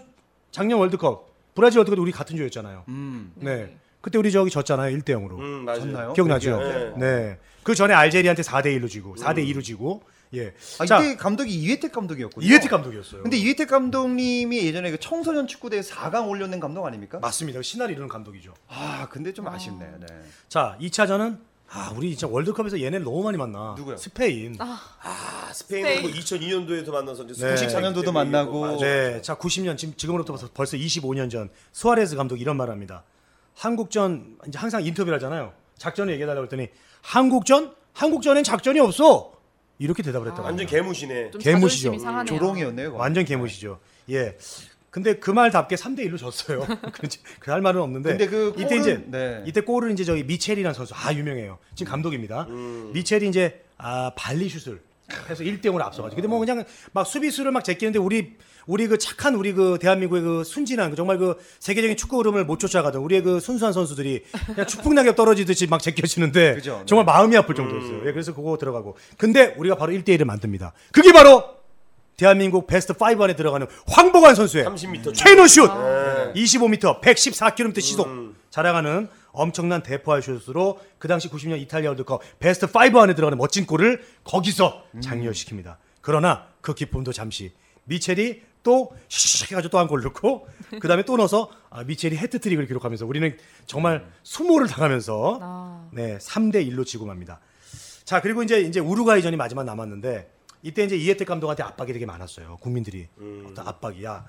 Speaker 2: 작년 월드컵 브라질 월드컵 도 우리 같은 조였잖아요.
Speaker 1: 음.
Speaker 2: 네. 그때 우리 저기 졌잖아요. 1대 0으로.
Speaker 3: 음, 맞아요.
Speaker 1: 졌나요? 음.
Speaker 2: 기억나죠?
Speaker 3: 네.
Speaker 2: 네. 그 전에 알제리한테 4대 1로 지고 4대 2로 지고 예.
Speaker 1: 아,
Speaker 2: 자,
Speaker 1: 이때 감독이 이회택 감독이었군요.
Speaker 2: 이회택 감독이었어요.
Speaker 1: 근데 이회택 감독님이 예전에 그 청소년 축구대회 4강 올려낸 감독 아닙니까?
Speaker 2: 맞습니다. 신나리 이런 감독이죠.
Speaker 1: 아, 근데 좀 아쉽네요. 네.
Speaker 2: 자, 2차전은 아, 우리 진짜 월드컵에서 얘네 를 너무 많이 만나.
Speaker 1: 누구요?
Speaker 2: 스페인.
Speaker 3: 아, 스페인은 뭐 2002년도에도 만나서 이제
Speaker 2: 네.
Speaker 1: 94년도도
Speaker 3: 때문에
Speaker 1: 만나고.
Speaker 3: 이기고, 맞아요.
Speaker 2: 네, 자 90년 지금 지금으로부터 벌써- 벌써 25년 전 수아레스 감독이 이런 말을 합니다. 한국전 이제 항상 인터뷰를 하잖아요. 작전을 얘기해달라고 했더니 한국전 한국전엔 작전이 없어 이렇게 대답을 했다고.
Speaker 3: 완전
Speaker 2: 합니다.
Speaker 3: 개무시네.
Speaker 4: 좀
Speaker 2: 개무시죠.
Speaker 4: 자존심이 상하네요.
Speaker 1: 조롱이었네요. 그건.
Speaker 2: 완전 개무시죠. 예. 근데 그 말답게 3대 1로 졌어요. *laughs* 그 할 말은 없는데.
Speaker 1: 근데 그
Speaker 2: 이때
Speaker 1: 골은-
Speaker 2: 이제
Speaker 1: 네.
Speaker 2: 이때 골은
Speaker 1: 음.
Speaker 2: 이제 저기 미첼이라는 선수 아 유명해요. 지금 감독입니다. 미첼이 이제 아 발리 슛을 그래서 1대 0으로 앞서가지고. 근데 뭐 그냥 막 수비수를 막 제끼는데 우리 우리 그 착한 우리 그 대한민국의 그 순진한 그 정말 그 세계적인 축구 흐름을 못 쫓아가던 우리의 그 순수한 선수들이 그냥 추풍낙엽 떨어지듯이 막 제껴지는데
Speaker 1: *laughs* 그죠, 네.
Speaker 2: 정말 마음이 아플 정도였어요. 예, 그래서 그거 들어가고. 근데 우리가 바로 1대 1을 만듭니다. 그게 바로 대한민국 베스트 5 안에 들어가는 황보관 선수의
Speaker 3: 30m
Speaker 2: 최인호 슛 25m 114km 시속 자랑하는 엄청난 대포할 슛으로 그 당시 90년 이탈리아 월드컵 베스트 5 안에 들어가는 멋진 골을 거기서 장렬시킵니다. 그러나 그 기쁨도 잠시 미첼이 또 슉슉 해가지고 또 한 골 넣고 그 다음에 또 넣어서 아, 미첼이 헤트트릭을 기록하면서 우리는 정말 수모를 당하면서
Speaker 4: 아.
Speaker 2: 네 3대 1로 지고 맙니다. 자 그리고 이제 이제 우루과이전이 마지막 남았는데 이때 이제 이혜택 감독한테 압박이 되게 많았어요. 국민들이 어떤 압박이야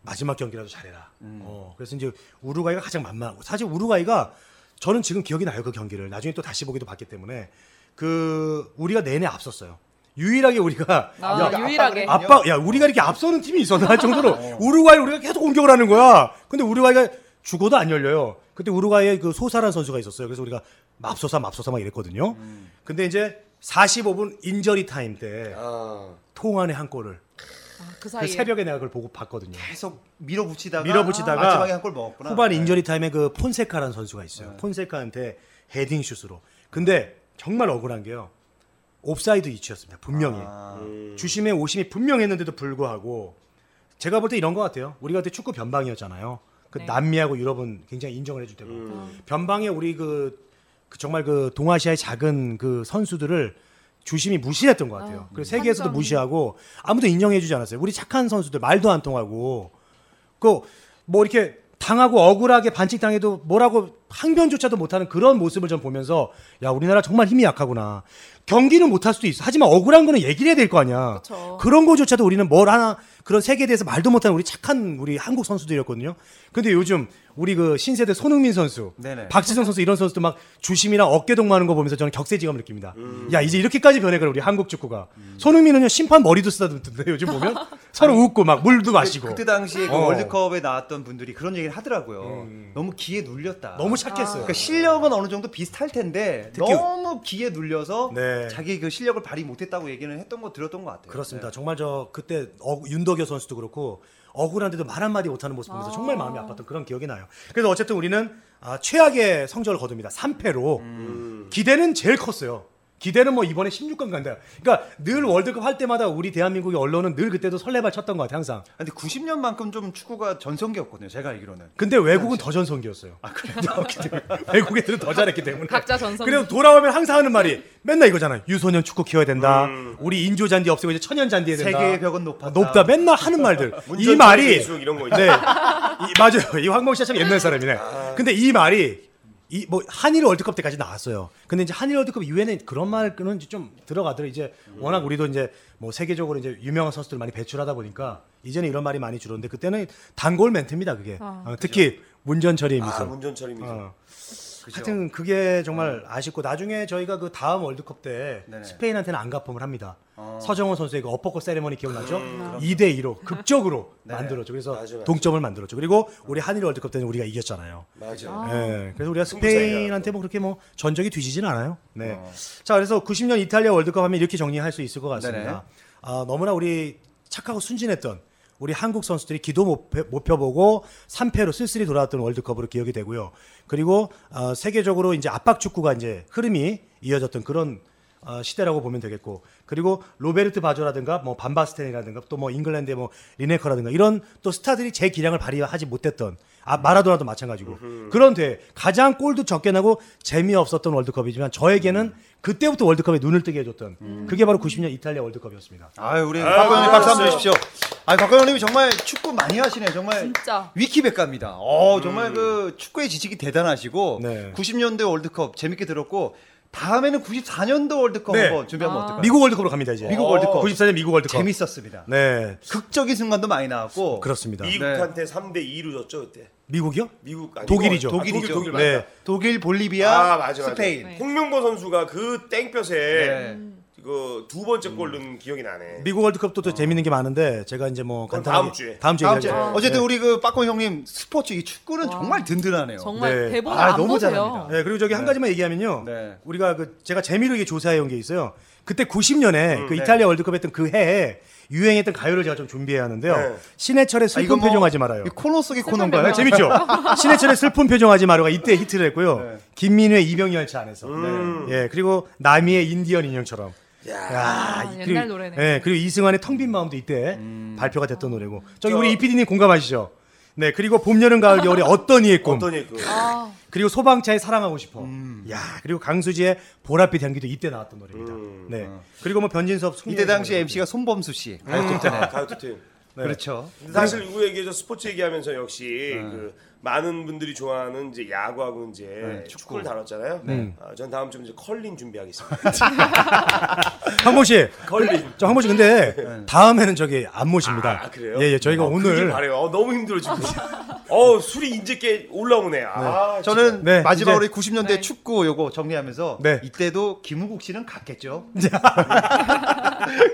Speaker 2: 마지막 경기라도 잘해라. 어, 그래서 이제 우루과이가 가장 만만하고 사실 우루과이가 저는 지금 기억이 나요 그 경기를 나중에 또 다시 보기도 봤기 때문에 그 우리가 내내 앞섰어요. 유일하게 우리가
Speaker 4: 아,
Speaker 2: 야,
Speaker 4: 유일하게.
Speaker 2: 압박, 야, 우리가 이렇게 앞서는 팀이 있었나 할 정도로
Speaker 1: 어.
Speaker 2: 우루과이 우리가 계속 공격을 하는 거야. 근데 우루과이가 죽어도 안 열려요. 그때 우루과이에 그 소사란 선수가 있었어요. 그래서 우리가 맙소사, 맙소사 막 이랬거든요.
Speaker 1: 음.
Speaker 2: 근데 이제 45분 인저리 타임 때
Speaker 3: 아,
Speaker 2: 통안에 한 골을
Speaker 4: 아, 그
Speaker 2: 그
Speaker 4: 사이에
Speaker 2: 새벽에 내가 그걸 보고 봤거든요.
Speaker 1: 계속 밀어붙이다가
Speaker 2: 밀어붙이다가
Speaker 1: 마지막에 한 골 먹었구나.
Speaker 2: 후반
Speaker 1: 네.
Speaker 2: 인저리 타임에 그 폰세카라는 선수가 있어요. 폰세카한테 헤딩 슛으로. 근데 정말 억울한 게요. 옵사이드 이치였습니다. 분명히.
Speaker 1: 아.
Speaker 3: 음.
Speaker 2: 주심의 오심이 분명했는데도 불구하고 제가 볼 때 이런 것 같아요. 우리가 그때 축구 변방이었잖아요. 그
Speaker 4: 네.
Speaker 2: 남미하고 유럽은 굉장히 인정을 해줄 때고 변방에 우리 그, 그 정말 그 동아시아의 작은 그 선수들을 주심이 무시했던 것 같아요.
Speaker 4: 아,
Speaker 2: 그래서 세계에서도
Speaker 4: 완전.
Speaker 2: 무시하고 아무도 인정해주지 않았어요. 우리 착한 선수들 말도 안 통하고 그 뭐 이렇게 당하고 억울하게 반칙당해도 뭐라고 항변조차도 못하는 그런 모습을 좀 보면서 야 우리나라 정말 힘이 약하구나 경기는 못할 수도 있어 하지만 억울한 거는 얘기를 해야 될 거 아니야
Speaker 4: 그쵸.
Speaker 2: 그런 거조차도 우리는 뭘 하나 그런 세계에 대해서 말도 못하는 우리 착한 우리 한국 선수들이었거든요 근데 요즘 우리 그 신세대 손흥민 선수
Speaker 1: 네네.
Speaker 2: 박지성 선수 이런 선수도 막 주심이나 어깨동무하는 거 보면서 저는 격세지감을 느낍니다. 야 이제 이렇게까지 변해가요 우리 한국 축구가. 손흥민은요 심판 머리도 쓰다듬던데 요즘 보면 서로 웃고 막 물도 마시고
Speaker 1: 그때 당시에 그
Speaker 2: 어. 음,
Speaker 1: 월드컵에 나왔던 분들이 그런 얘기를 하더라고요. 너무 기에 눌렸다.
Speaker 2: 너무 착했어요.
Speaker 1: 그러니까 실력은 어느 정도 비슷할 텐데
Speaker 2: 특히-
Speaker 1: 너무 기에 눌려서
Speaker 2: 네.
Speaker 1: 자기 그 실력을 발휘 못했다고 얘기는 했던 거 들었던 것 같아요.
Speaker 2: 그렇습니다. 정말 저 그때 어, 윤덕여 선수도 그렇고 억울한데도 말 한마디 못하는 모습 보면서 정말 마음이 아팠던 그런 기억이 나요. 그래서 어쨌든 우리는 아, 최악의 성적을 거둡니다. 3패로 음. 기대는 제일 컸어요. 기대는 뭐 이번에 16강 간다. 그러니까 늘 월드컵 할 때마다 우리 대한민국의 언론은 늘 그때도 설레발 쳤던 것 같아요. 항상.
Speaker 1: 네. 근데 90년만큼 좀 축구가 전성기였거든요. 제가 알기로는.
Speaker 2: 근데 외국은 더 전성기였어요. 아, *laughs* 그래요? 외국 애들은 더 잘했기 때문에.
Speaker 4: 각자 전성기.
Speaker 2: 그래서 돌아오면 항상 하는 말이 맨날 이거잖아요. 유소년 축구 키워야 된다. 우리 인조 잔디 없애고 이제 천연 잔디에 된다.
Speaker 1: 세계의 벽은 높았다.
Speaker 2: 아, 높다. 맨날 하는 말들. 이
Speaker 3: 운전자의
Speaker 2: 말이
Speaker 3: 미숙 이런 거 있죠.
Speaker 2: 네. 이, 맞아요. 이 황봉 씨가 참 옛날 사람이네. 근데 이 말이 이 뭐 한일 월드컵 때까지 나왔어요. 근데 이제 한일 월드컵 이후에는 그런 말은 이제 좀 들어가더라. 이제 워낙 우리도 이제 뭐 세계적으로 이제 유명한 선수들 많이 배출하다 보니까 이제는 이런 말이 많이 줄었는데 그때는 단골 멘트입니다. 그게
Speaker 4: 아.
Speaker 2: 어, 특히 문전철의 미소.
Speaker 3: 아 운전철입니다.
Speaker 2: 네. 어. 하여튼 그게 정말 아쉽고 나중에 저희가 그 다음 월드컵 때
Speaker 1: 어. 네네.
Speaker 2: 스페인한테는 안가품을 합니다.
Speaker 1: 어. 음,
Speaker 2: 서정원 선수의 그 어퍼컷 세레머니 기억나죠? 2대 2로 극적으로
Speaker 1: 네.
Speaker 2: 만들었죠. 그래서
Speaker 3: 맞아, 맞아.
Speaker 2: 동점을 만들었죠. 그리고 우리 한일 월드컵 때는 우리가 이겼잖아요.
Speaker 3: 맞아.
Speaker 4: 아.
Speaker 2: 예, 그래서 우리가
Speaker 3: 승부사이가
Speaker 2: 스페인한테 뭐 그렇게 뭐 전적이 뒤지진 않아요. 네.
Speaker 1: 어.
Speaker 2: 자, 그래서 90년 이탈리아 월드컵 하면 이렇게 정리할 수 있을 것
Speaker 1: 네네.
Speaker 2: 같습니다. 아, 너무나 우리 착하고 순진했던 우리 한국 선수들이 기도 못, 펴- 못 펴보고 3패로 쓸쓸히 돌아왔던 월드컵으로 기억이 되고요. 그리고 어, 세계적으로 이제 압박 축구가 이제 흐름이 이어졌던 그런 어, 시대라고 보면 되겠고 그리고 로베르트 바조라든가 뭐 반바스텐이라든가 또 뭐 잉글랜드의 뭐 리네커라든가 이런 또 스타들이 제 기량을 발휘하지 못했던 아 마라도나도 마찬가지고 그런데 가장 골도 적게 나고 재미없었던 월드컵이지만 저에게는 그때부터 월드컵에 눈을 뜨게 해줬던 그게 바로 90년 이탈리아 월드컵이었습니다.
Speaker 1: 아유 우리 박광현님 박수 한번 주십시오. 아 박광현님이 정말 축구 많이 하시네. 정말
Speaker 4: 진짜.
Speaker 1: 위키백과입니다. 어 정말 그 축구의 지식이 대단하시고
Speaker 2: 음. 네.
Speaker 1: 90년대 월드컵 재밌게 들었고 다음에는 94년도 월드컵
Speaker 2: 네.
Speaker 1: 한번 준비하면
Speaker 4: 아.
Speaker 1: 어떨까요?
Speaker 2: 미국 월드컵으로 갑니다 이제.
Speaker 1: 미국 월드컵.
Speaker 2: 94년 미국 월드컵.
Speaker 1: 재밌었습니다.
Speaker 2: 네,
Speaker 1: 극적인 순간도 많이 나왔고
Speaker 2: 그렇습니다.
Speaker 3: 미국한테 3대 2로 졌죠 그때.
Speaker 2: 미국이요?
Speaker 3: 미국 아니,
Speaker 2: 독일이죠.
Speaker 3: 아, 독일
Speaker 1: 독일이죠.
Speaker 3: 독일 맞다.
Speaker 2: 네.
Speaker 1: 독일, 볼리비아,
Speaker 3: 아, 맞아, 맞아.
Speaker 1: 스페인.
Speaker 4: 네.
Speaker 3: 홍명보 선수가 그 땡볕에
Speaker 1: 네.
Speaker 3: 그두 번째 골 넣은 기억이 나네.
Speaker 2: 미국 월드컵도 또 재밌는 게 많은데 제가 이제 뭐
Speaker 3: 그럼
Speaker 2: 간단하게
Speaker 3: 다음 주에.
Speaker 2: 다음 주에
Speaker 1: 다음 주에
Speaker 2: 얘기할게요.
Speaker 1: 어쨌든 우리 그 빠꼬 형님 스포츠 이 축구는 정말 든든하네요.
Speaker 4: 정말
Speaker 2: 네.
Speaker 4: 대본
Speaker 1: 아,
Speaker 4: 안
Speaker 1: 너무
Speaker 4: 보세요.
Speaker 1: 잘합니다.
Speaker 2: 네, 그리고 저기 한 가지만 얘기하면요.
Speaker 1: 네.
Speaker 2: 우리가 그 제가 재미로 이게 조사해 온 게 있어요. 그때 90년에 그 이탈리아 월드컵 했던 그 해에 유행했던 가요를 제가 좀 준비해야 하는데요.
Speaker 3: 네.
Speaker 2: 신해철의
Speaker 1: 아,
Speaker 2: 슬픈
Speaker 1: 뭐
Speaker 2: 표정하지 말아요.
Speaker 1: 이 코너 속의
Speaker 4: 슬픈
Speaker 1: 코너인가요?
Speaker 2: 네,
Speaker 4: 표정.
Speaker 2: 재밌죠? *laughs* 신해철의 슬픈 표정하지 말아요가 이때 히트를 했고요. 김민우의 이병희 열차 안에서. 네. 예, 그리고 남이의 인디언 인형처럼. 야,
Speaker 4: 옛날 노래네.
Speaker 2: 예, 그리고 이승환의 텅 빈 마음도 이때 발표가 됐던 노래고. 저기 우리 이 PD님 공감하시죠? 네, 그리고 봄, 여름, 가을, 겨울의 어떤 이의 꿈.
Speaker 3: 어떤 얘기?
Speaker 4: 아,
Speaker 2: 그리고 소방차의 사랑하고 싶어. 야 그리고 강수지의 보랏빛 향기도 이때 나왔던 노래입니다. 네. 그리고 뭐 변진섭
Speaker 4: 예.
Speaker 2: 송영길
Speaker 1: 이때 당시
Speaker 2: 노래도
Speaker 1: MC가 손범수 씨.
Speaker 2: 네.
Speaker 3: 가요톱잖아요. 가요톱.
Speaker 1: 그렇죠.
Speaker 3: 근데 사실 네. 이거 얘기해서 스포츠 얘기하면서 역시 그 많은 분들이 좋아하는 이제 야구하고 이제 네, 축구. 를 다뤘잖아요. 아, 전 다음 주면 이제 컬링 *laughs* 준비하겠습니다.
Speaker 2: 황모 씨,
Speaker 3: 컬링.
Speaker 2: 저 황모 씨 근데 다음에는 저기 안 모십니다.
Speaker 3: 아 그래요?
Speaker 2: 예, 예. 저희가
Speaker 3: 어, 그러길
Speaker 2: 오늘
Speaker 3: 바래요. 어, 너무 힘들어 *laughs* 지금. 어 술이 이제 꽤 올라오네. 아 진짜.
Speaker 1: 저는
Speaker 2: 네,
Speaker 1: 마지막으로
Speaker 2: 이제-
Speaker 1: 90년대
Speaker 4: 네.
Speaker 1: 축구 요거 정리하면서
Speaker 2: 네.
Speaker 1: 이때도 김우국 씨는
Speaker 2: *laughs*
Speaker 1: 갔겠죠.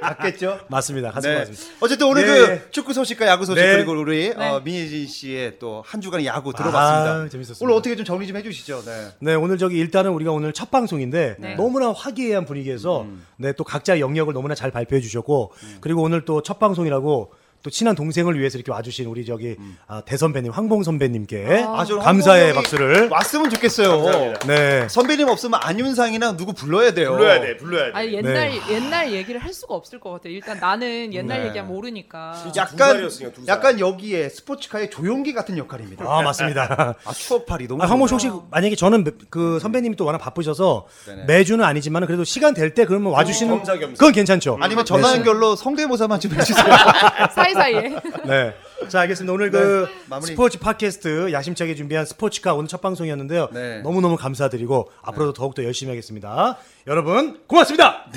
Speaker 1: 갔겠죠.
Speaker 2: 맞습니다. 가슴
Speaker 1: 네.
Speaker 2: 맞습니다.
Speaker 1: 어쨌든 오늘
Speaker 2: 예,
Speaker 1: 그 축구 소식과 야구 소식
Speaker 2: 네.
Speaker 1: 그리고 우리 어,
Speaker 4: 네.
Speaker 1: 민혜진 씨의 또 한 주간의 야구 들어봤습니다.
Speaker 2: 아, 재밌었습니다.
Speaker 1: 오늘 어떻게 좀 정리 좀 해주시죠. 네.
Speaker 2: 네, 오늘 저기 일단은 우리가 오늘 첫 방송인데
Speaker 4: 네.
Speaker 2: 너무나 화기애애한 분위기에서 네, 또 각자 영역을 너무나 잘 발표해 주셨고 그리고 오늘 또 첫 방송이라고 또 친한 동생을 위해서 이렇게 와주신 우리 저기 아, 대선배님 황봉 선배님께
Speaker 1: 아, 저는
Speaker 2: 감사의
Speaker 1: 황보영이
Speaker 2: 박수를
Speaker 1: 왔으면 좋겠어요.
Speaker 3: 감사합니다.
Speaker 2: 네.
Speaker 1: 선배님 없으면 안윤상이나 누구 불러야 돼요.
Speaker 3: 불러야 돼. 불러야 돼.
Speaker 4: 아니 예. 옛날 옛날 얘기를 할 수가 없을 것 같아. 요 일단 나는 옛날 얘기하면 모르니까.
Speaker 3: 진짜. 두
Speaker 1: 약간
Speaker 3: 살이었으니까, 두 살.
Speaker 1: 약간 여기에 스포츠카의 조용기 같은 역할입니다.
Speaker 2: 아 맞습니다.
Speaker 1: 아, 추억팔이 너무
Speaker 2: 아, 황모 씨
Speaker 1: 좋아요.
Speaker 2: 혹시 만약에 저는 매- 그 선배님이 또 워낙 바쁘셔서 매주는 아니지만 그래도 시간 될 때 그러면 와주시는
Speaker 3: 겸사겸사.
Speaker 2: 그건 괜찮죠.
Speaker 1: 어,
Speaker 2: 네.
Speaker 1: 아니면 전화 연결로 성대모사만 좀 해주세요.
Speaker 4: 사이사이에.
Speaker 2: *laughs* 네. 자 알겠습니다. 오늘 그
Speaker 1: 네, 마무리.
Speaker 2: 스포츠 팟캐스트 야심차게 준비한 스포츠카 오늘 첫 방송이었는데요.
Speaker 1: 네.
Speaker 2: 너무 너무 감사드리고 앞으로도 더욱 더 열심히 하겠습니다. 여러분 고맙습니다.